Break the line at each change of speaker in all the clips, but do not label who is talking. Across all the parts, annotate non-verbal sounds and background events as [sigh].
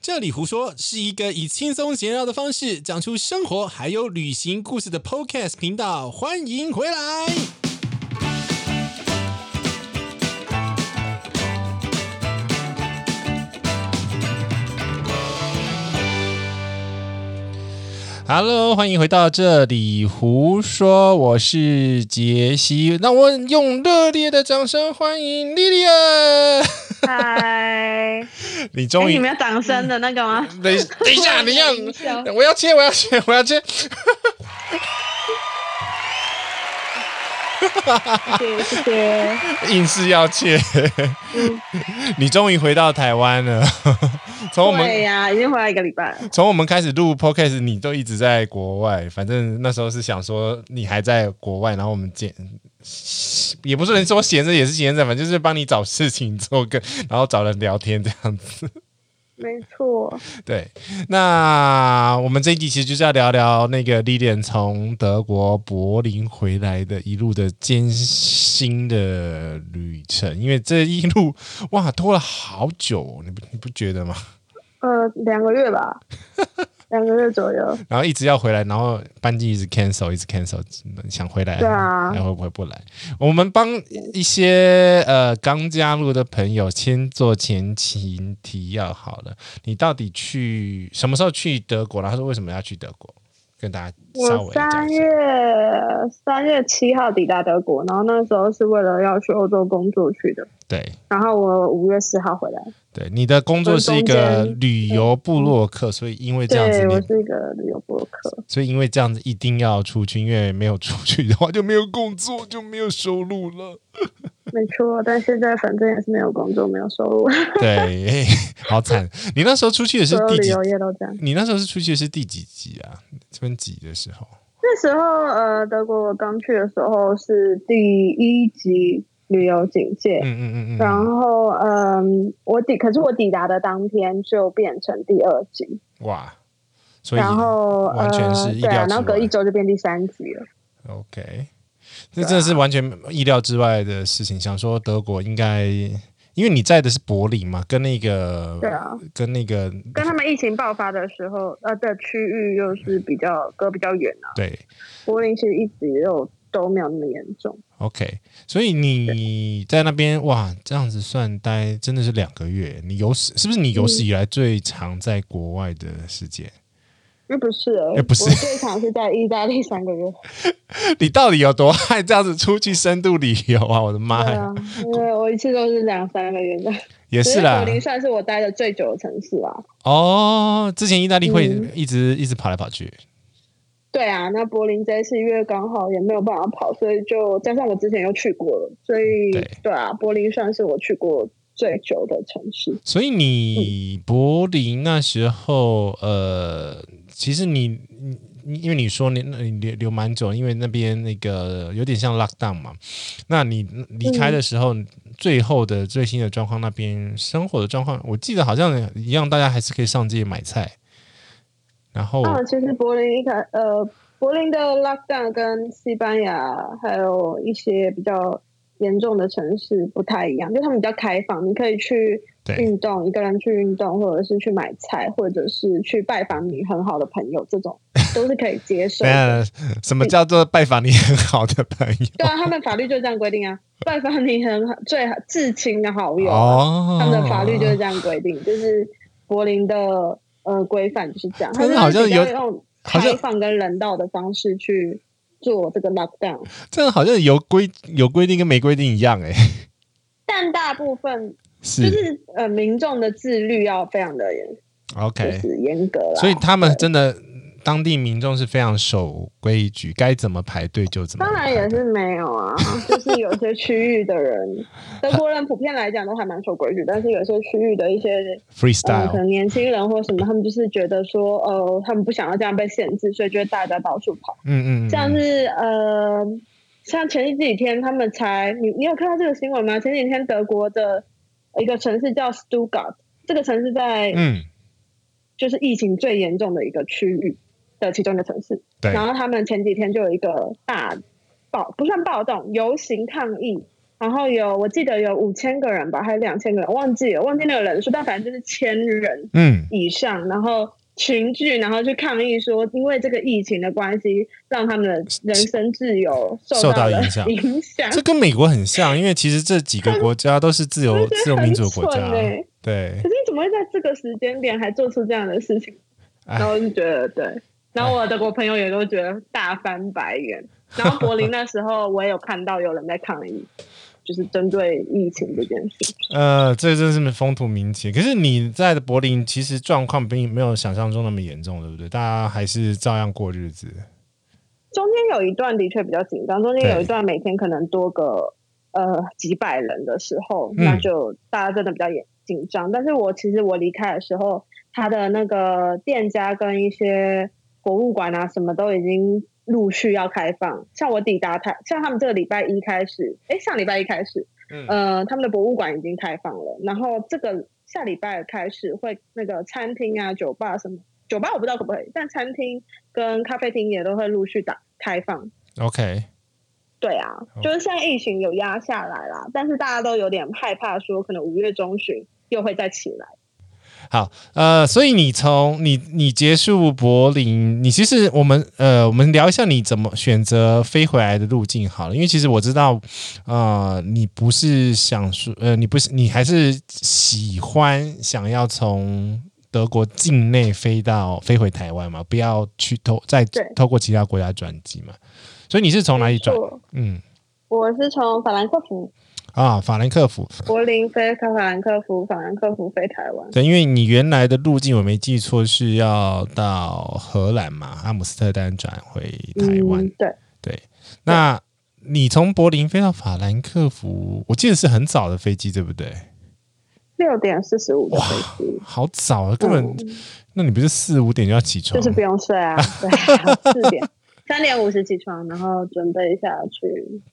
这里胡说是一个以轻松闲聊的方式讲出生活还有旅行故事的 Podcast 频道，欢迎回来。Hello，欢迎回到这里胡说，我是杰西，让我用热烈的掌声欢迎莉莉安。
嗨，
你
哎
[laughs] 终
你
于
们要掌声的那个吗？
等
[laughs]
一等一下，
突然
你要
有音效
我要切，我要切， [laughs] 我要切。嗯
谢谢谢谢。
硬是要切。
嗯
[laughs] 你终于回到台湾了， [laughs] 从我
对
们
呀、已经回来一个礼拜了。
从我们开始录 podcast，你都一直在国外。反正那时候是想说你还在国外，然后我们见，也不是能说闲着，也是闲着，反正就是帮你找事情做个，然后找人聊天这样子。
没错，
[laughs] 对，那我们这一集其实就是要聊聊那个 Lilian 从德国柏林回来的一路的艰辛的旅程，因为这一路哇拖了好久哦、你不你不觉得吗？
呃，两个
[laughs]
月吧，两个月左右。
然后一直要回来，然后班机一直 cancel，一直 cancel，想回来，
对啊
还会不会不来？我们帮一些呃刚加入的朋友先做前情提要好了。你到底去什么时候去德国？然后说为什么要去德国？跟大家稍
我
微讲
三
一下
月。三月七号抵达德国，然后那时候是为了要去欧洲工作去的，
对
然后我五月四号回来。
对，你的工作是一个
跟中
旅游部落客，所以因为这样子
对我
你，
是一个旅游博客，
所以因为这样子一定要出去，因为没有出去的话就没有工作，就没有收入了。
没错，但现在反正也是没有工作，没有
[laughs]
收入， [laughs]
对，哎好惨！你那时候出去的是
所有
第
旅
几？
游业都这样。
你那时候是出去的是第几集啊？分几的时候？
那时候，呃，德国我刚去的时候是第一级旅游警戒，
嗯嗯嗯
然
嗯，
后，嗯，我抵可是我抵达的当天就变成第二级，
哇！所以
然后
完全是
呃、
意
对
料
啊，
之
然后隔
外
一周就变第三级了。
OK，这真的是完全意料之外的事情。想说德国应该，因为你在的是柏林嘛，跟那个
对啊，
跟那个
跟他们疫情爆发的时候，呃的区域又是比较隔比较远啊，
对
柏林其实一直又都没有那么严重。
OK，所以你在那边哇，这样子算待真的是两个月。你有史是不是你有史以来最长在国外的时间？
又不是、欸，
哎不是
我最长是在意大利三个月。
你到底有多爱这样子出去深度旅游啊？我的妈
对
呀，
啊，因为我一次都是两三个月的。
也
只
是啦
柏。林算是我待的最久的城市啊。
哦，之前意大利会
嗯
一直、一直跑来跑去，
对啊，那柏林这一次因为刚好也没有办法跑，所以就加上我之前又去过了，所以
对
对啊，柏林算是我去过最久的城市。
所以你柏林那时候，呃，其实你你你因为你说你那你留留蛮久，因为那边那个有点像 lockdown 嘛。那你离开的时候，最后的最新的状况，那边生活的状况，我记得好像一样，大家还是可以上街买菜。然后，
啊，其实柏林一开呃，柏林的 lockdown 跟西班牙还有一些比较严重的城市不太一样，就他们比较开放，你可以去
对
运动，一个人去运动，或者是去买菜，或者是去拜访你很好的朋友，这种都是可以接受
等一 [laughs]
的。
下，什么叫做拜访你很好的朋友？
对啊，他们法律就这样规定啊，拜访你很好最好至亲的好友啊、
哦，
他们的法律就是这样规定，就是柏林的呃规范就是这样，
但是
他们就是比较
好像有
用
好像
开放跟人道的方式去做这个 lockdown，
这样好像有规有规定跟没规定一样哎、
但大部分
是、
就是呃民众的自律要非常的严，就
OK，
是啊严格啦。
所以他们真的当地民众是非常守规矩，该怎么排队就怎么排
当
队。
然也是没有啊，就是有些区域的人，德国人普遍来讲都还蛮守规矩，但是有些区域的一些嗯，可
freestyle，
能年轻人或什么，他们就是觉得说，呃，他们不想要这样被限制，所以就会大家到处跑。
嗯嗯嗯，
像是呃，像前几天他们才，你你有看到这个新闻吗？前几天德国的一个城市叫 Stuttgart，这个城市在
嗯
就是疫情最严重的一个区域的其中一个城市。
对
然后他们前几天就有一个大暴，不算暴动，游行抗议，然后有我记得有五千个人吧，还是两千个人，忘记了，忘记那个人数，但反正就是千人
嗯
以上，然后群聚，然后去抗议说，因为这个疫情的关系，让他们的人生自由
受
受
到
到了
影响
影响，
这跟美国很像，因为其实这几个国家都是自由、自由民主的国家啊
很蠢。欸
对
可，是你怎么会在这个时间点还做出这样的事情？
哎
然后我就觉得对，然后我的我朋友也都觉得大翻白眼。然后柏林那时候我也有看到有人在抗
[laughs]
议，就是针对疫情这件事。
呃，这真是风土民情。可是你在柏林，其实状况并没有想象中那么严重，对不对？大家还是照样过日子。
中间有一段的确比较紧张，中
对
间有一段每天可能多个呃几百人的时候，
嗯
那就大家真的比较严紧张。但是我其实我离开的时候，他的那个店家跟一些博物馆啊什么都已经陆续要开放。像我抵达台，像他们这个礼拜一开始，诶，上礼拜一开始，
嗯
呃，他们的博物馆已经开放了，然后这个下礼拜开始会那个餐厅啊、酒吧什么，酒吧我不知道可不可以，但餐厅跟咖啡厅也都会陆续打开放。
，OK，
对啊
好，
就是现在疫情有压下来啦，但是大家都有点害怕，说可能五月中旬又会再起来。
好，呃，所以你从你你结束柏林，你其实我们呃，我们聊一下你怎么选择飞回来的路径好了，因为其实我知道，呃，你不是想说，呃，你不是你还是喜欢想要从德国境内飞到飞回台湾嘛，不要去透再
对
透过其他国家转机嘛，所以你是从哪里转？
我
嗯
我是从法兰克福、
啊，法兰克福，
柏林飞法兰克福，法兰克福飞台湾。
对，因为你原来的路径我没记错是要到荷兰嘛，阿姆斯特丹转回台湾。
嗯、对，
对，那你从柏林飞到法兰克福，我记得是很早的飞机，对不对？
六点四十五的飞机。
好早啊，根本，
嗯
那你不是四五点就要起床？
就是不用
[laughs]
睡啊，对啊，四点三点五十起床，然后准备一下去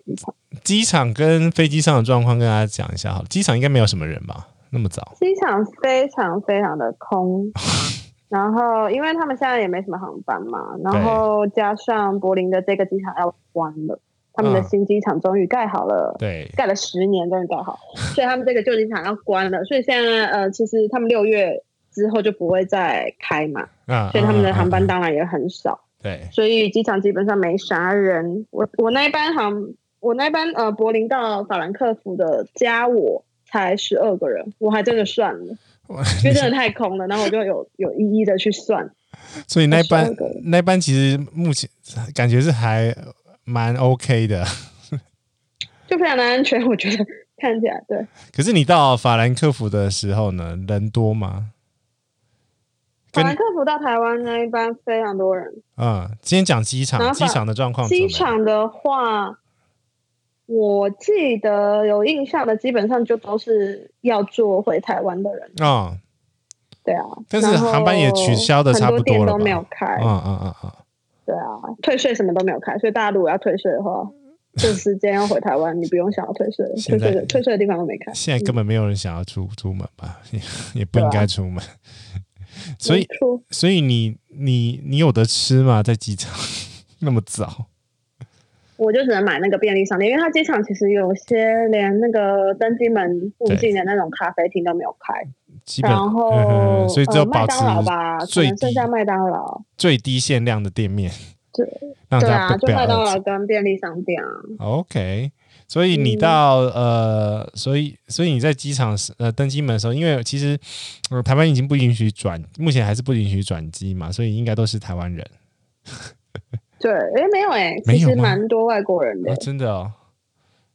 机场。
机场跟飞机上的状况跟大家讲一下好了，机场应该没有什么人吧？那么早？
机场非常非常的
[laughs]
空，然后因为他们现在也没什么航班嘛，然后加上柏林的这个机场要关了，他们的
嗯
新机场终于盖好了。
对，
盖了十年终于盖好，所以他们这个旧机场要关了，所以现在呃，其实他们六月之后就不会再开嘛，
啊，
所以他们的航班
啊
当然也很少。
啊对， [laughs]
所以机场基本上没啥人。我我那一班航，我那一班呃柏林到法兰克福的加我才十二个人，我还真的算了，
哇 [laughs]
因为真的太空了，然后我就有有一一的去算。
所以那
12
班
个人
那班其实目前感觉是还蛮 OK 的。
就非常的安全，我觉得看起来对。
可是你到法兰克福的时候呢，人多吗？
法
跟
兰克福到台湾那一班非常多人，
嗯，今天讲机
然
场，
后
机
法
场的状况怎么
机
样，
场的话，我记得有印象的，基本上就都是要坐回台湾的人，
啊，
对啊。
但是
然后
航班也取消得差不多
很店
了
都
吧
没有开，
嗯嗯嗯嗯，
对啊，退税什么都没有开，所以大家如果要退税的话，这时间要回台湾，你不用想要退税了，
现
退
在
税的退税的地方都没开，嗯
现在根本没有人想要出出门吧， [laughs] 也也不应该出门，所以
没错
所以你你你有得吃吗？在机场 [laughs] 那么早
我就只能买那个便利商店，因为它机场其实有些连那个登机门附近的那种咖啡厅都没有开，
基本，
然后、
嗯 [laughs] 所以只有
呃、麦
保
当劳吧，
持
可
最
能剩
低
下麦当劳，
最低限量的店面，
对
让
对
大
啊，
家不
就
不要
麦当
饿
劳
着。
跟便利商店啊，
OK，所以你
嗯
到、呃，所以所以你在机场时呃登机门的时候，因为其实、呃、台湾已经不允许转，目前还是不允许转机嘛，所以应该都是台湾人
对，诶，没有诶，
没
其
有
实
吗
蛮多外国人的
啊，，真的哦。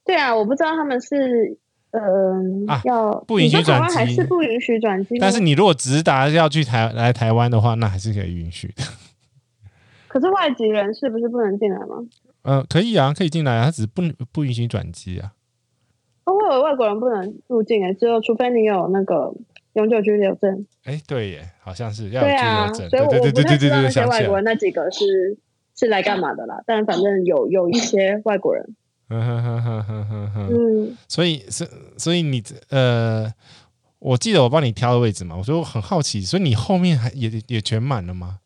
对啊，我不知道他们是嗯、
啊
要
不允许
你说台湾
转机
还是不允许转机吗？
但是你如果直达要去台来台湾的话，那还是可以允许
啊
的。
可是外籍人是不是不能进来吗？
呃，可以啊，可以进来啊，他只是不不允许转机啊。
哦，我以为外国人不能入境诶，只有除非你有那个永久居留证。
哎，对耶，好像是要有
对啊，
居留证。
所以我
对
我不
对对对对
太知道
对，
那些
想起
外
来
国。人那几个是是来干嘛的啦。但反正有有一些外国人，
嗯哼哼哼哼哼哼。
嗯，
所以，所所以你呃，我记得我帮你挑的位置嘛，我说我很好奇，所以你后面还也也全满了吗？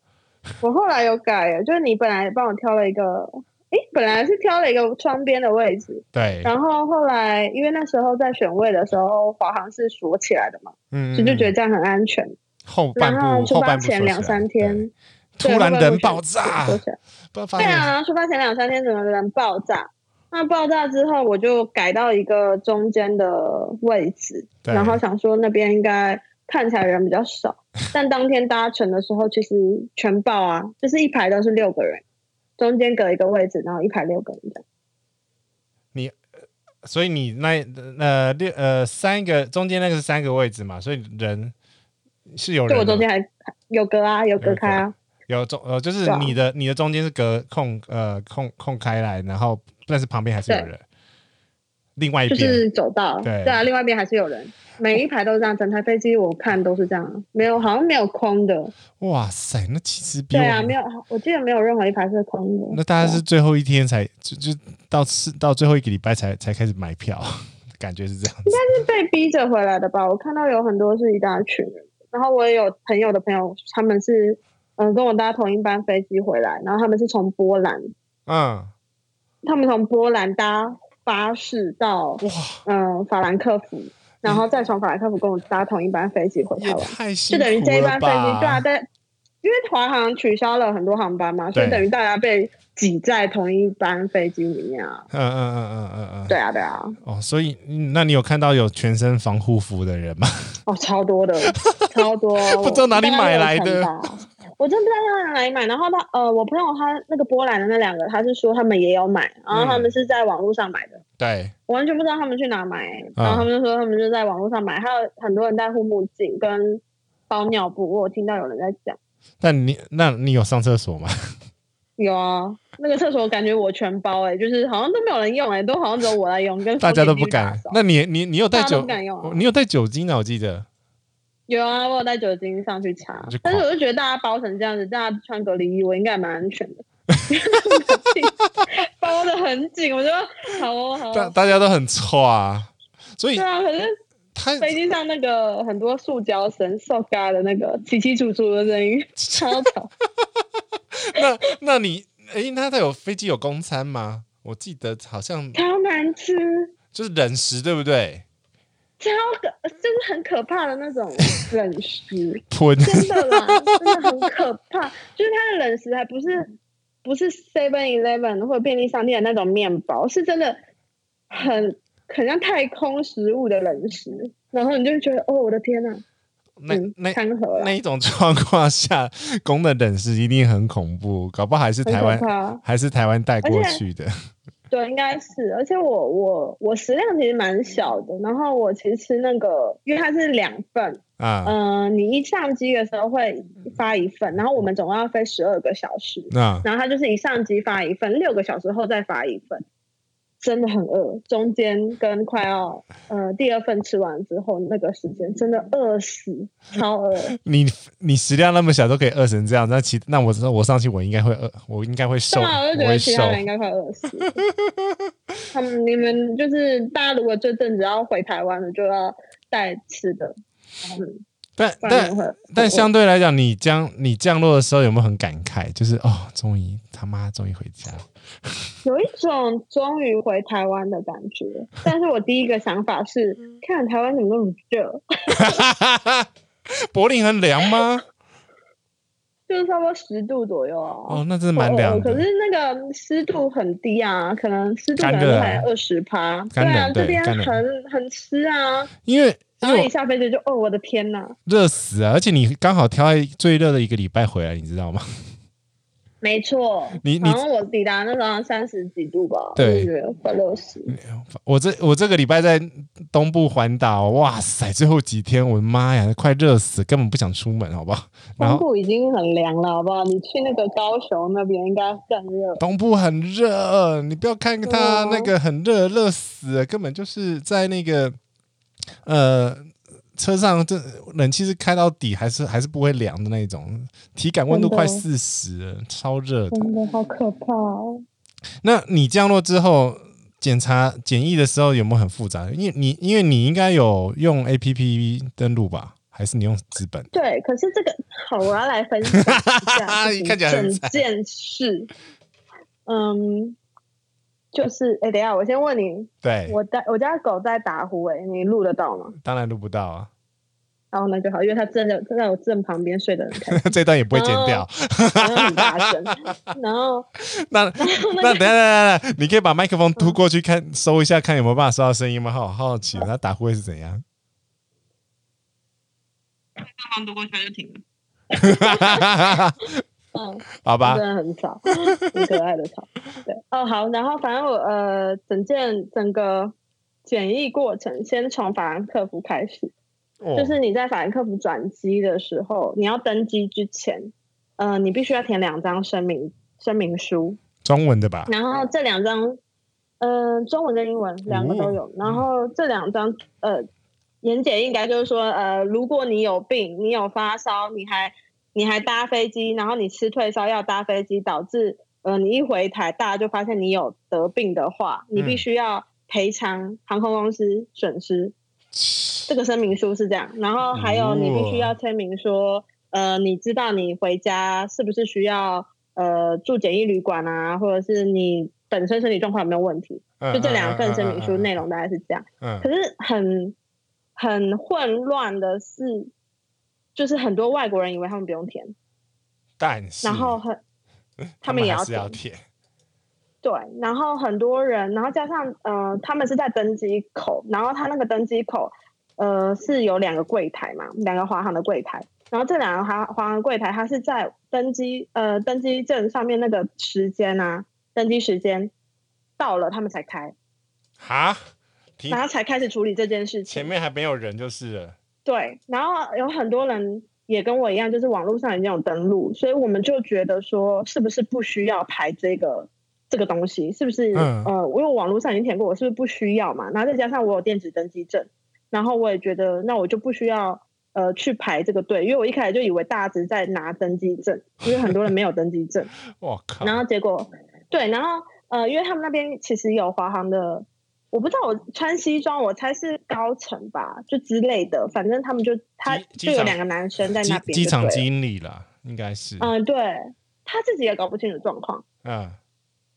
我后来有改耶，就是你本来帮我挑了一个。诶，本来是挑了一个窗边的位置，
对，
然后后来因为那时候在选位的时候，华航是锁起来的嘛，
嗯，
所以就觉得这样很安全。
后半
然后
部
出
后
发
半部
前
说
两
起来
三天，，
对
对
突然
后半部
人爆
说
炸，哎
说起来
不然发
对
现
啊，然后出发前两三天整个人爆炸。那爆炸之后，我就改到一个中间的位置，
对
然后想说那边应该看起来人比较少，
[laughs]
但当天搭乘的时候其实全爆啊，就是一排都是六个人，中间隔一个位置，然后一排六个人这样。
所以你那呃六呃三个中间那个是三个位置嘛，所以人是有
就我
人
中
的
间还有隔啊，有隔开
有
啊，
有中呃就是
对啊
你的你的中间是隔空呃空空开来，然后但是旁边还是有
对
人，另外一
就
边、
是走道。
对
啊，另外一边还是有人，每一排都是这样，整台飞机我看都是这样啊，没有好像没有空的。
哇塞，那其实比
对
我
啊，
们
没有，我记得没有任何一排是空的。
那大家
对啊
是最后一天才就就到是到最后一个礼拜才才开始买票， [laughs] 感觉是这样子。
被逼着回来的吧？我看到有很多是一大群人，然后我也有朋友的朋友，他们是嗯、呃跟我搭同一班飞机回来，然后他们是从波兰，
嗯，
他们从波兰搭巴士到
哇，
嗯、呃法兰克福，然后再从法兰克福跟我搭同一班飞机回
也
台湾，
太辛
就
苦
等于这一
了
班飞机对啊，
吧！
但因为华航取消了很多航班嘛，所以
对
等于大家被挤在同一班飞机里面啊。
嗯嗯嗯嗯嗯嗯，
对啊，对啊，
哦，所以嗯那你有看到有全身防护服的人吗？
哦，超
[laughs]
多的，超多，
不知道哪里买来的
我大概有一层吧。我真不知道他哪里买，然后他呃，我朋友他那个波兰的那两个，他是说他们也有买，然后他
嗯
们是在网络上买的，
对，
我完全不知道他们去哪买、欸然后他们就说他们就在网络上买，还有很多人戴护目镜跟包尿布，我有听到有人在讲，
但你那你有上厕所吗？
有啊，那个厕所感觉我全包哎、就是好像都没有人用哎、都好像只有我来用，跟
大家都不
风
敢
景区打。扫
那你你你有带
大家都
酒
不？敢用啊、
你有带酒精啊？我记得
有啊，我有带酒精上去擦
就，
但是
狂
我就觉得大家包成这样子，大家穿隔离衣，我应该也蛮安全的。 [laughs] 包的很紧，我就好哦好
大
哦。
大家都很臭啊，所以
对啊，可是
他
飞机上那个很多塑胶绳、塑嘎的那个起起楚楚的声 [laughs] 音，超吵。
那那你诶，那他有飞机有公餐吗？我记得好像
超难吃，
就是冷食，对不对？
超可，就是很可怕的那种冷食。 [laughs]
喷
真的啦，真的很可怕。就是它的冷食还不是不是 Seven Eleven 或者便利商店的那种面包，是真的很很像太空食物的冷食。然后你就会觉得，哦，我的天呐、
那
嗯
那
餐盒
那
啦，
一种状况下，公的冷食一定很恐怖，搞不好还是
很
台
可
湾
怕。
还是台湾带过
而且
去的。
对，应该是。而且我我我食量其实蛮小的，然后我其实吃那个，因为它是两份，
啊，
嗯、你一上机的时候会发一份，然后我们总共要飞十二个小时，
那
然后他就是一上机发一份，六个小时后再发一份，真的很饿。中间跟快要呃第二份吃完之后那个时间，真的饿死，超饿。
你你食量那么小都可以饿成这样，那其那我我上去我应该会饿，我应该会 [laughs] 瘦，
对啊，我就觉
我
得
会
其
瘦
他。人应该快饿死
[laughs]
了。他们你们就是大家如果这阵子要回台湾了，就要带吃的，嗯，
但
不然
但
你会很饿
但相对来讲，你降你降落的时候有没有很感慨？就是哦，终于他妈终于回家了。
有一种终于回台湾的感觉。但是我第一个想法是，
嗯
看台湾怎么那么热， [laughs]
柏林很凉吗？
就是差不多十度左右啊。
哦，那真的蛮凉
哦可
的。
是那个湿度很低啊，可能湿度
干
可能
热
才
啊
二十趴。对
干
啊，
冷
这
对
边
干
很
冷
很湿啊，
因为因
然后
为
一
我
下飞机就哦，我的天呐！
热死啊！而且你刚好挑在最热的一个礼拜回来，你知道吗？
没错，
你你
好像我抵达那时候三十几度吧，
对，嗯
快六十。
我这我这个礼拜在东部环岛，哇塞，最后几天，我的妈呀，快热死，根本不想出门，好不好？然
东
后
部已经很凉了，好不好？你去那个高雄那边应该更热。
东部很热，你不要看它
哦
那个很热，热死了，根本就是在那个呃车上，这冷气是开到底，还是还是不会凉的那种，体感温度快
真
四十了，超热的。
真的好可怕哦！
那你降落之后检查检疫的时候有没有很复杂？因为你因为你应该有用 A P P 登录吧，还是你用纸本？
对，可是这个好，
[laughs]
我要来分享一下，
看起来很
整件事。嗯，就是哎、等一下，我先问你，
对，
我家我家狗在打呼、哎，你录得到吗？
当然录不到啊， [laughs]
然后那就好，因为它正在正在我正旁边睡得很开心，
这段也不会剪
哦
掉。
然后很大声，然后
[laughs] 那那
然后那
等一下等
个
一下，等一下你可以把麦克风突过去看，搜一下看有没有办法收到声音吗？好好奇，他打呼会是怎样？ [laughs]
刚读过去就停了，嗯。
好吧
真，的很吵， [laughs] 很可爱的吵。对，哦好，然后反正我呃，整件整个检疫过程先从法兰克福开始，
哦
就是你在法兰克福转机的时候，你要登机之前，呃，你必须要填两张声明声明书，
中文的吧？
然后这两张，呃，中文跟英文两个都有，然后这两张呃。严姐应该就是说，呃，如果你有病，你有发烧，你还你还搭飞机，然后你吃退烧药搭飞机，导致呃你一回台，大家就发现你有得病的话，你必须要赔偿航空公司损失。这个声明书是这样，然后还有你必须要签名说，呃，你知道你回家是不是需要呃住简易旅馆啊，或者是你本身身体状况有没有问题？
嗯
就这两份声明书内
容。
容大概是这样。
嗯
可是很很混乱的是，就是很多外国人以为他们不用填，
但是
然后很他们也
还
要
是要
填
填，
对，然后很多人，然后加上呃，他们是在登机口，然后他那个登机口呃是有两个柜台嘛，两个华航的柜台，然后这两个华华航柜台，它是在登机呃登机证上面那个时间啊，登机时间到了，他们才开，
哈，停
然后才开始处理这件事情
前。面还没有人就是了
对，然后有很多人也跟我一样，就是网络上已经有登录，所以我们就觉得说，是不是不需要排这个这个东西？是不是？
嗯
呃，因为我网络上已经填过，我是不是不需要嘛？然后再加上我有电子登记证，然后我也觉得，那我就不需要呃去排这个队，因为我一开始就以为大家只是在拿登记证，因为很多人没有登记证。
我靠，
然后结果对，然后呃，因为他们那边其实有华航的，我不知道我穿西装，我猜是高层吧，就之类的，反正他们就他
机
就有
场
两个男生在
机
那边
机
就
场
对了，
经理啦，应该是
嗯、对他自己也搞不清楚状况。
嗯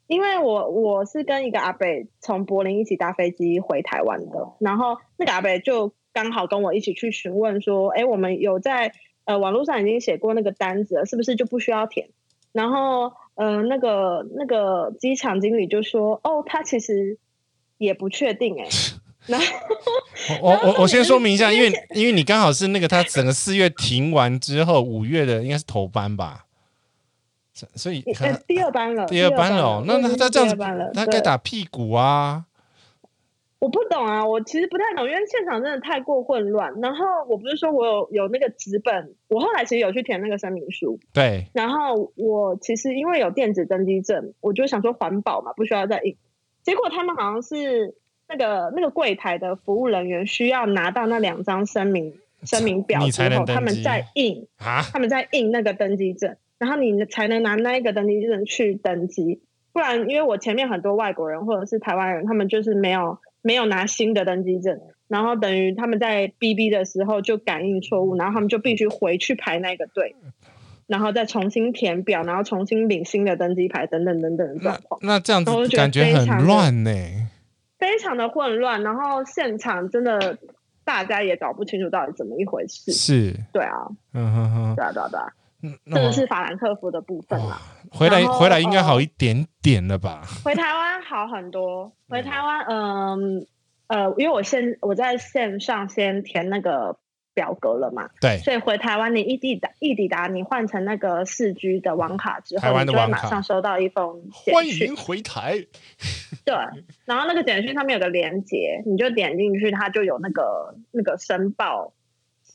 因为我我是跟一个阿北从柏林一起搭飞机回台湾的，然后那个阿北就刚好跟我一起去询问说，哎，我们有在呃网络上已经写过那个单子了，是不是就不需要填？然后呃那个那个机场经理就说，哦，他其实也不确定哎、
[laughs]
然后
我我我我先说明一下，因
因为
为因为你刚好是那个他整个四月停完之后，五月的应该是头班吧，所所以可
呃
能
第二班了，
第二班了哦，那
我已
那
经
他这样
第
子
二班了，，
他
对
该打屁股啊，
我不懂啊，我其实不太懂，因为现场真的太过混乱。然后我不是说我有有那个纸本，我后来其实有去填那个声明书。
对，
然后我其实因为有电子登机证，我就想说环保嘛，不需要再印。结果他们好像是那个那个柜台的服务人员需要拿到那两张声明声明表
你
之
才能
后，他
登
们
机
再印，
啊，
他们在印那个登机证，然后你才能拿那一个登机证去登机。不然，因为我前面很多外国人或者是台湾人，他们就是没有没有拿新的登机证，然后等于他们在 BB 的时候就感应错
嗯
误，然后他们就必须回去排那个队，然后再重新填表，然后重新领新的登机牌等等等等的 [laughs] 状
那
况，
那这样子
我就觉得
感觉
非
很
常的
乱呢、
非常的混乱。然后现场真的大家也搞不清楚到底怎么一回事。
是，
对啊，
嗯哼哼
对啊，对啊，对啊，
嗯，
这
那
个
我
是法兰克福的部分啊啦。
回来
然后
回来应该
呃
好一点点了吧？
回台湾好很多。回台湾，嗯呃，因为我现我在线上先填那个表格了嘛，
对，
所以回台湾你一抵达一抵达，你换成那个四 G 的网卡之
台
后，
湾
你
的
就会
网
马
卡
上收到一封
欢
简讯，
迎回台。
对，然后那个简讯上面有个连接，你就点进去，它就有那个那个申报。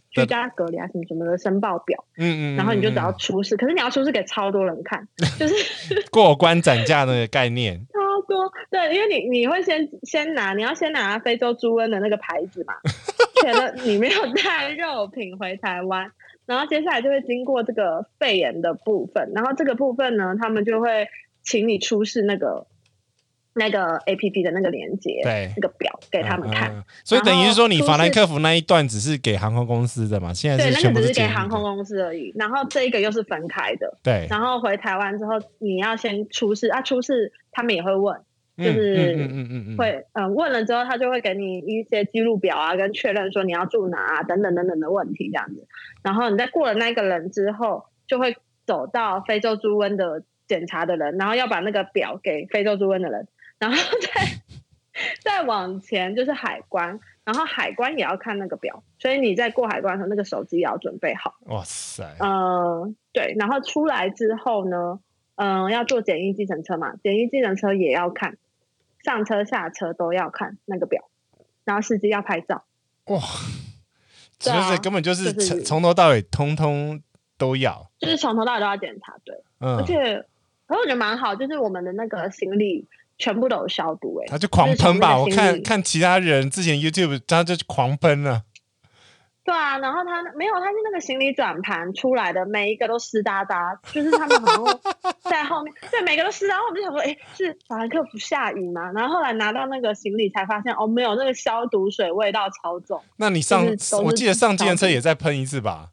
居
对
家隔离啊，什么什么的申报表，
嗯嗯，
然后你就只要
找
出示，可是你要出示给超多人看，就是
过关斩将的概念。
超多，对，因为你你会先先拿，你要先拿非洲猪瘟的那个牌子
[laughs]
嘛，觉得你没有带肉品回台湾，然后接下来就会经过这个肺炎的部分，然后这个部分呢，他们就会请你出示那个那个 A P P 的那个连接，
对
那个表给他们看。
嗯嗯所以等于是说，你
然后
法兰
出
克福那一段只是给航空公司的嘛？现在
对，
是
那
全部
个只是
简
给
易的
航空。公司而已，然后这一个又是分开的。
对，
然后回台湾之后，你要先出示啊，出示他们也会问，就
嗯
是
嗯嗯嗯嗯，
会嗯、呃问了之后，他就会给你一些记录表啊，跟确认说你要住哪啊等等等等的问题这样子。然后你在过了那个人之后，就会走到非洲猪瘟的检查的人，然后要把那个表给非洲猪瘟的人，然后再再往前就是海关，然后海关也要看那个表，所以你在过海关的时候，那个手机也要准备好。
哇塞，
嗯，对，然后出来之后呢，嗯、要坐简易计程车嘛，简易计程车也要看，上车下车都要看那个表，然后司机要拍照，
哇，就
对啊
是根本就是
就是
从从头到尾通通都要，
就是从头到尾都要检查，对，而
嗯，
且，而我觉得蛮好，就是我们的那个行李全部都有消毒、欸，
他就狂喷吧，我
就是从那个心
看
里
看其他人之前 YouTube 他就狂喷啊了，
对啊，然后他没有，他是那个行李转盘出来的，每一个都湿哒哒，就是他们好像在后面，对，每个都湿哒。然后我们就想说，诶，是法兰克福下雨吗？然后后来拿到那个行李才发现，哦，没有，那个消毒水味道超重。
那你上
就是都是
我记得上
扫
计程车
地
也再喷一次吧，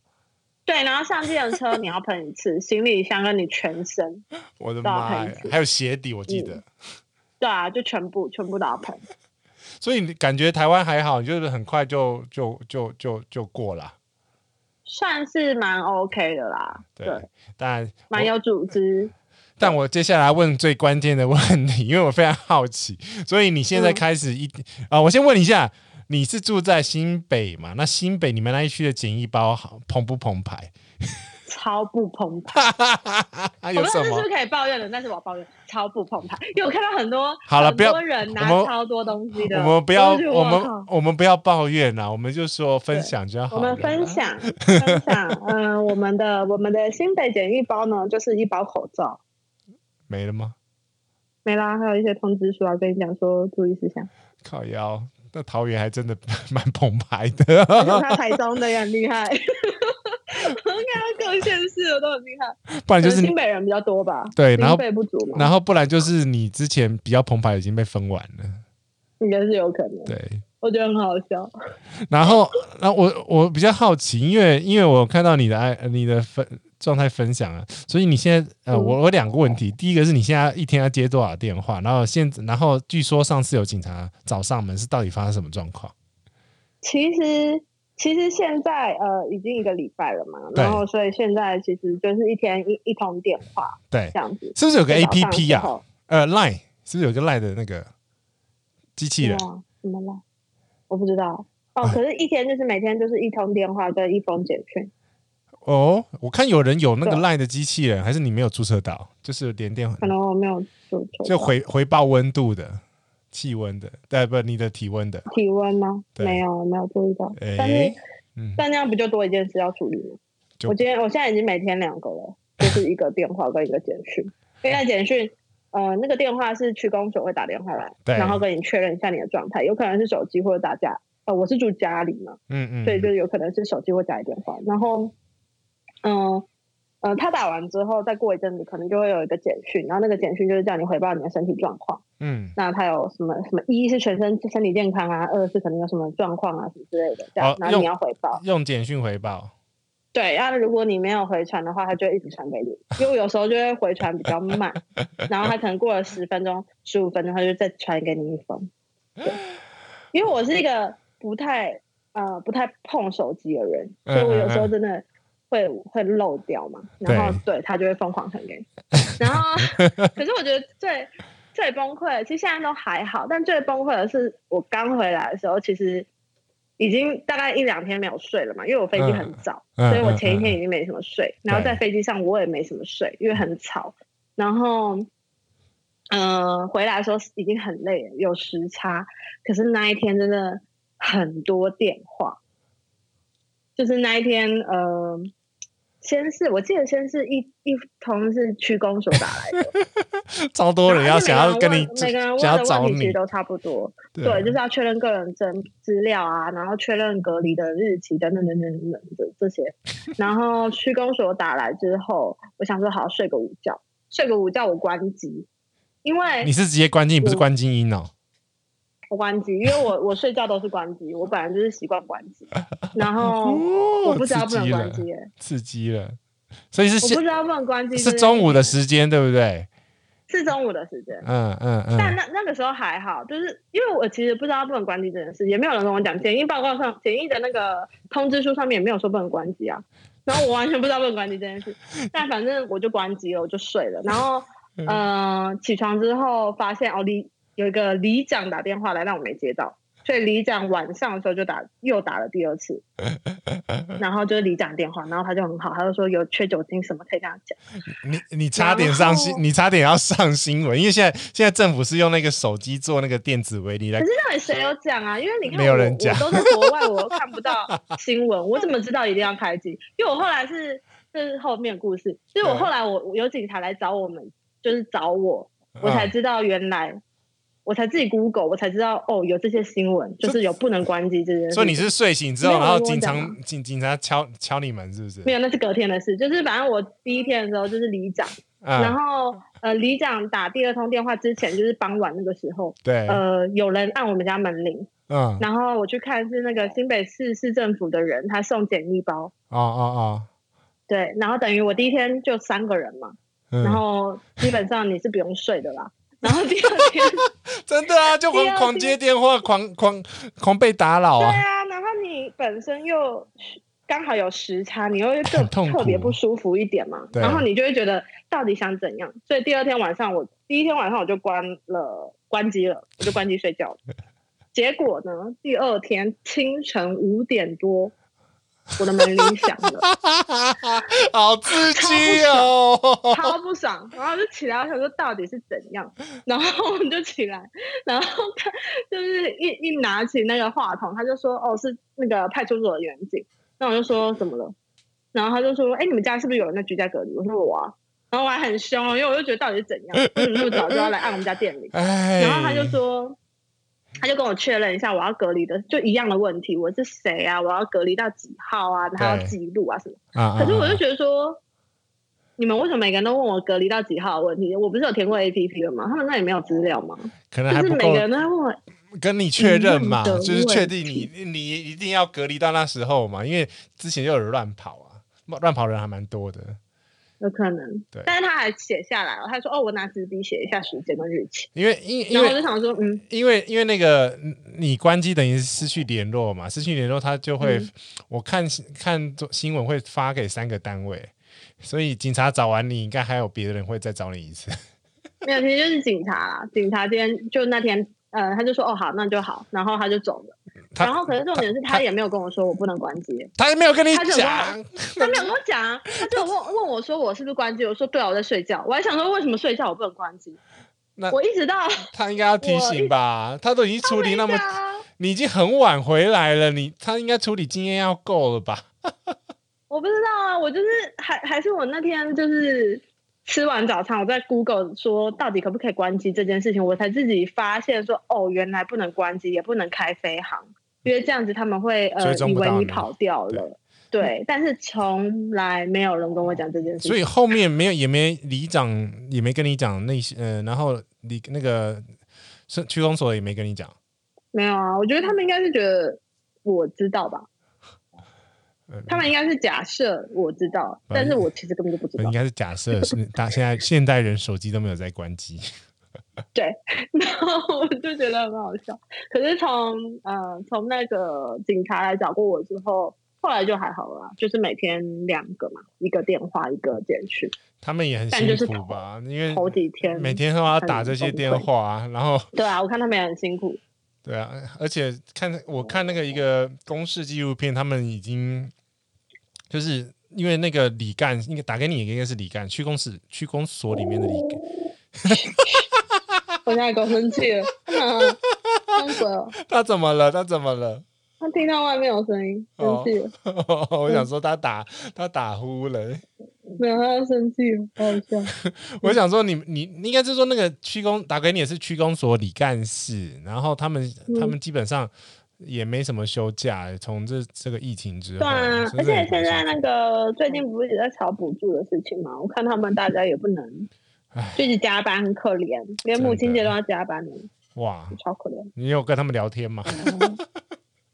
对，然后上计程车你要喷一次，行李箱跟你全身，
我的
都要
妈
啊喷一
呀，
次嗯
还有鞋底我记得，
对啊，就全部全部都要喷。
所以你感觉台湾还好，你就是很快就就就就就过了，
算是蛮 OK 的啦，
对，
对
但
蛮有组织。
但我接下来问最关键的问题，因为我非常好奇，所以你现在
嗯
开始一啊、我先问一下，你是住在新北嘛？那新北你们那一区的简易包好澎不澎湃？ [laughs]
超不澎湃，我
有
不知
什
道这是不
么
是？可以抱怨的，但是我要抱怨超不澎湃，因为我看到很多
好了
很
不要
多人拿
我们
超多东西的，
我们不要，
就是
我们
靠
我们不要抱怨啦，我们就说分享就好
我
了啦。
们分享分享，嗯、我们的我们的新北简易包呢，就是一包口罩，
没了吗？
没啦，还有一些通知书啊，跟你讲说注意事项。
靠腰，那桃园还真的 [laughs] 蛮澎湃的。
而且哎他台中的也很厉害，我看到各县市的都很厉害，
不然
可
就
能
是
新北人比较多吧，
对，然
经
后
费不足嘛，
然后不然就是你之前比较澎湃已经被分完了，
应该是有可能。
对。
我觉得很好笑，
然后，然后我我比较好奇，因为因为我看到你的爱你的分状态分享啊，所以你现在呃，
嗯
我我有两个问题，第一个是你现在一天要接多少电话，然后现然后据说上次有警察找上门，是到底发生什么状况？
其实。其实现在呃已经一个礼拜了嘛，
对
然后所以现在其实就是一天一一通电话
对，
这样子。
是不是有个
就早上
APP 呀、
之后
呃，Line 是不是有个 Line 的那个机器人？哎
对啊怎么了？我不知道。哦，可是一天就是每天就是一通电话跟一封简讯，
哦，我看有人有那个
对
Line 的机器人，还是你没有注册到？就是连电话
可能我没有做错。
就回回报温度的、气温的，对不？你的体温的，
体温吗？
对
没有，没有注意到。
哎、
但是
嗯，
但那样不就多一件事要处理吗？
就
我今天我现在已经每天两个了，就是一个电话跟一个简讯。因为那简讯，呃，那个电话是区公所会打电话来，
对
然后跟你确认一下你的状态，有可能是手机或者打架。呃，我是住家里嘛，
嗯嗯，
所以就有可能是手机或家里电话。然后，嗯、呃，他打完之后，再过一阵子，可能就会有一个简讯，然后那个简讯就是叫你汇报你的身体状况。
嗯，
那他有什么什么？一是全身身体健康啊，二是可能有什么状况啊什么之类的，这样
哦，
然后你
用
要回报。
用简讯回报，
对，然后如果你没有回传的话，他就会一直传给你，因为有时候就会回传比较慢，然后他可能过了十分钟、十五分钟，他就再传给你一封。对，因为我是一个不太呃不太碰手机的人，所以我有时候真的会会漏掉嘛，然后对他就会疯狂传给你，然后可是我觉得最最崩溃的，其实现在都还好，但最崩溃的是我刚回来的时候，其实已经大概一两天没有睡了嘛，因为我飞机很早。
嗯
所以我前
嗯
一天已经没什么睡，然后在飞机上我也没什么睡，因为很吵。然后，嗯、回来的时候已经很累了，有时差。可是那一天真的很多电话，就是那一天，呃，先是我记得先是一一通是区公所打来的，
嗯 [laughs] 超多人要想
然后
要跟你
每个人问
想
的
要找
问题其
你
实，都差不多，对，就是要确认个人证资料啊，然后确认隔离的日期等等等等等等的这
[laughs]
些。然后区公所打来之后，我想说好睡个午觉，睡个午觉我关机，因为
你是直接关静，不是
我
关静音哦，
我关机，因为我我睡觉都是关机，我本来就是习惯关
[laughs]
机。然后我
哦
不知道不
刺
能
激
关
了，
机、欸，
刺激了，所以是
我不
现
知道不能关机这
是
件
中午的
事情。
时间对不对？
是中午的时间。
嗯嗯嗯，
但那那个时候还好，就是因为我其实不知道不能关机这件事，也没有人跟我讲。检疫报告上、检疫的那个通知书上面也没有说不能关机啊，然后我完全不知道不能关机这件事。但反正我就关机了，我就睡了。然后，嗯、呃，起床之后发现哦，李有一个里长打电话来，但我没接到，所以里长晚上的时候就打又打了第二次，然后就是里长电话，然后他就很好，他就说有缺酒精什么可以跟他讲。
你你差点上新，你差点要上新闻，因为现在现在政府是用那个手机做那个电子围篱来
可是到底谁有讲啊？因为你看我，
没有人讲
我都在国外，我看不到新闻，我怎么知道一定要开机？因为我后来是这、是后面的故事，所以我后来我我有警察来找我们，就是找我，
嗯
我才知道原来、我才自己 Google，我才知道哦有这些新闻，就是有不能关机这件事。
所以你是睡醒之后，
没有
然
人
后
跟我
警察
讲啊
警警察敲敲你门，是不是？
没有，那是隔天的事。就是反正我第一天的时候就是里长，然
嗯，
后呃里长打第二通电话之前，就是傍晚那个时候，
对，
呃有人按我们家门铃，
嗯，
然后我去看是那个新北市市政府的人，他送简易包，
哦哦
对，然后等于我第一天就三个人嘛，
哦，嗯
然后基本上你是不用睡的啦。然后第二
[laughs]
天，
真的啊，就
第
狂
二
狂接
天
电话，狂狂狂被打扰
对
啊，
啊，然后你本身又刚好有时差，你又会更
很痛苦
特别不舒服一点嘛，
对
然后你就会觉得到底想怎样？所以第二天晚上我，第一天晚上我就关了关机了，我就关机睡觉
[laughs]
了。结果呢，第二天清晨五点多，我的门铃响了。
[laughs] 好刺激哦！
啊 [laughs] 超不爽，然后就起来，我想说到底是怎样，然后我就起来，然后他就是一一拿起那个话筒，他就说哦是那个派出所的远景，那我就说怎么了，然后他就说哎、你们家是不是有人在居家隔离？我说我啊，然后我还很凶哦，因为我就觉得到底是怎样，为什么那么早就要来按我们家店里？
[laughs] 哎，
然后他就说，他就跟我确认一下我要隔离的，就一样的问题，我是谁啊？我要隔离到几号啊？然后
对
要记录啊什么。
啊，
可是我就
得
觉得说，你们为什么每个人都问我隔离到几号的问题？我不是有填过 APP 了吗？他们那里没有资料吗？
可能
就
还
是
不
每
够啊
个人都在嗯问我，
跟你确认嘛，
一样
就
的
是确定你你一定要隔离到那时候嘛，因为之前就有人乱跑啊，乱跑人还蛮多的。
有可能
对，
但是他还写下来了，他说哦，我拿纸笔写一下时间跟日期，
因为因因
然后我
为
就想说，嗯，
因为因为那个嗯你关机等于失去联络嘛，失去联络他就会，
嗯
我看看新闻会发给三个单位，所以警察找完你，应该还有别人会再找你一
[laughs]
次。
没有，其实就是警察啦，警察今天就那天。呃，他就说哦好，那就好，然后他就走了。
他
然后可是重点是
他
他也没有跟我说我不能关机，
他没有跟你
他就
讲，
他没有跟我讲啊，他就问问我说我是不是关机，我说对啊，我在睡觉。我还想说为什么睡觉我不能关机
那，
我一直到
他应该要提
我
醒
一
吧？他都已经处理那么
对，啊
你已经很晚回来了，你他应该处理经验要够了吧？
我不知道啊，我就是还还是我那天就是吃完早餐，我在 Google 说到底可不可以关机这件事情，我才自己发现说哦，原来不能关机，也不能开飞航，因为这样子他们会
追
呃
踪
以
不到
为
你嗯
你跑掉了。对，但是从来没有人跟我讲这件事情。
所以后面没有也没里长也没跟你讲那些，呃，然后你那个是区公所也没跟你讲，
没有啊，我觉得他们应该是觉得我知道吧，
呃
他们应该是假设我知道，
反正
但是我其实根本就不知道
应。该是假设是大现在现代人手机都没有在关机，
然后我就觉得很好笑。可是从呃从那个警察来找过我之后，后来就还好了啦，就是每天两个嘛，一个电话，一个简讯，
他们也很
但就
辛
是
苦吧？因为
头几天
嗯每天都要打这些
很崩溃
电话啊，然后
对啊，我看他们也很辛苦。
对啊，而且看我看那个一个公式纪录片，他们已经就是因为那个李干，应该打给你应该是李干，区公司区公所里面的李干，
我现在够生气了，啊真鬼哦！
他怎么了？他怎么了？ [laughs]
他听到外面有声音，
哦
生气了，
我想说他打他打呼了，
没有他要生气了，好好笑。
[laughs] 我想说你你你应该是说那个区公打给你也是区公所李干事，然后他们
嗯
他们基本上也没什么休假，从这这个疫情之后，
对啊，
真
而
的很
且现在
可惜
那个最近不是一直在炒补助的事情嘛？我看他们大家也不能
唉，
就是加班很可怜，连母亲节都要加班呢，
哇，
超可怜。
你有跟他们聊天吗？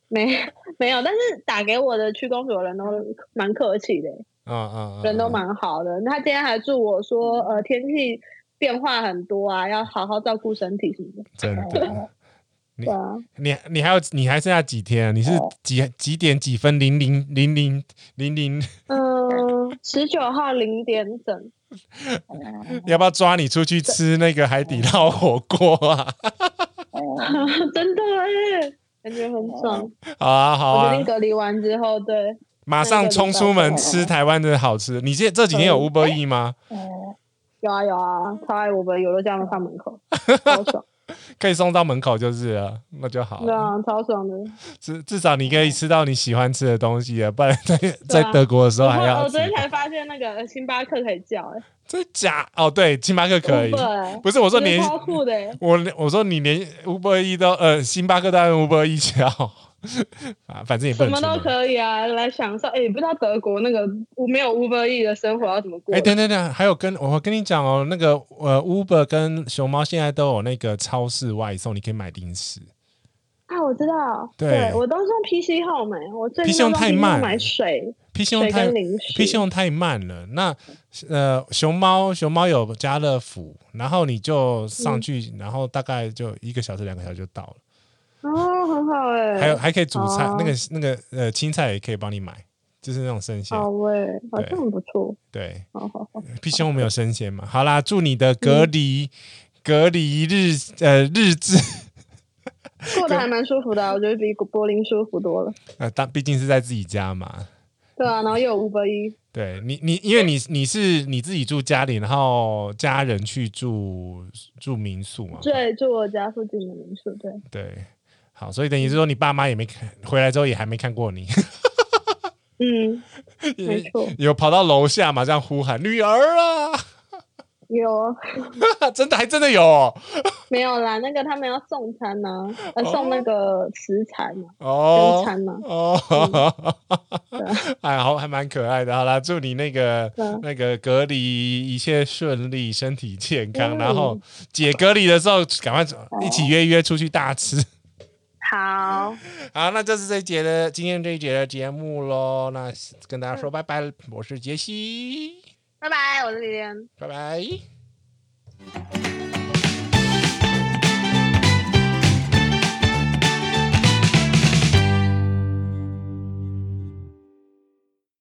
没 [laughs] 没有，但是打给我的区公所的人都蛮客气的，
嗯嗯，嗯嗯
人都蛮好的。他今天还祝我说，呃，天气。变化很多啊，要好好照顾身体什么的。
真的。
对啊，
你你还有你还剩下几天啊？你是
哦
几几点几分零零零零零零？
嗯，十九号零点整， [laughs] 嗯
要不要抓你出去吃那个海底捞火锅啊？
真的哎，感觉很爽。
好啊，好
我决
啊
定，隔离完之后，对，
马上冲出门吃台湾的好吃。你这这几天
嗯
有 Uber E 吗？
有啊有啊，超爱我们有了这样放门
[laughs]
口，超爽，
可以送到门口就是了，那就好
对
了。
啊，超爽的。
至至少你可以吃到你喜欢吃的东西了，不然 [laughs] 在在
啊
德国的时候还
我
要
我
吃
昨。天才发现那个星巴克可以叫哎、
真假？哦，对，星巴克可以
Uber 欸。
不是我
我
说连
超酷的、欸，
我我说你连 Uber E 都呃星巴克当然 Uber E 叫 [laughs] 啊，反正也不能
什么
出门
都可以啊，来享受。哎、你不知道德国那个没有 Uber E 的生活要怎么过？
哎、等等等，还有跟我跟你讲哦，那个呃，Uber 跟熊猫现在都有那个超市外送，你可以买零食。
啊，我知道，
对
我都是用 PC 号买，啊我最近
PC
都
用
用
太慢
买水、
P 信用
水
太
跟零食。
P 信用太慢了。那呃，熊猫熊猫有家乐福，然后你就上去，然后大概就一个小时两个小时就到了。
哦，很好哎、
还有还可以煮菜，
哦
那个那个呃青菜也可以帮你买，就是那种生鲜。
好哎、好像很不错，哦
对
好好好，
，P 信用没有生鲜嘛？好啦，祝你的隔离、隔离日呃日志。
过得还蛮舒服的啊、我觉得比柏林舒服多了。
呃，当毕竟是在自己家嘛，
对啊，然后又有 Uber E，
对你，你因为你你是你自己住家里，然后家人去住住民宿嘛，
对，住我家附近的民宿，对。
对，好，所以等于是说你爸妈也没看，回来之后也还没看过你，
嗯， [laughs] 没错，
[laughs] 有跑到楼下嘛，这样呼喊女儿啊， [laughs]
有啊
真的还真的有哦，
没有啦？那个他们要送餐呐、呃，
哦
送那个食材嘛，中
哦
餐嘛，
哦，
对
[laughs] 哎，好，还蛮可爱的，好啦，祝你那个
对
那个隔离一切顺利，身体健康，
嗯
然后解隔离的时候赶快一起约约出去大吃。
[laughs] 好，
好，那这是这一节的今天这一节的节目喽。那跟大家
嗯
说拜拜了，我是杰西，
拜拜，我是李莲。
拜拜。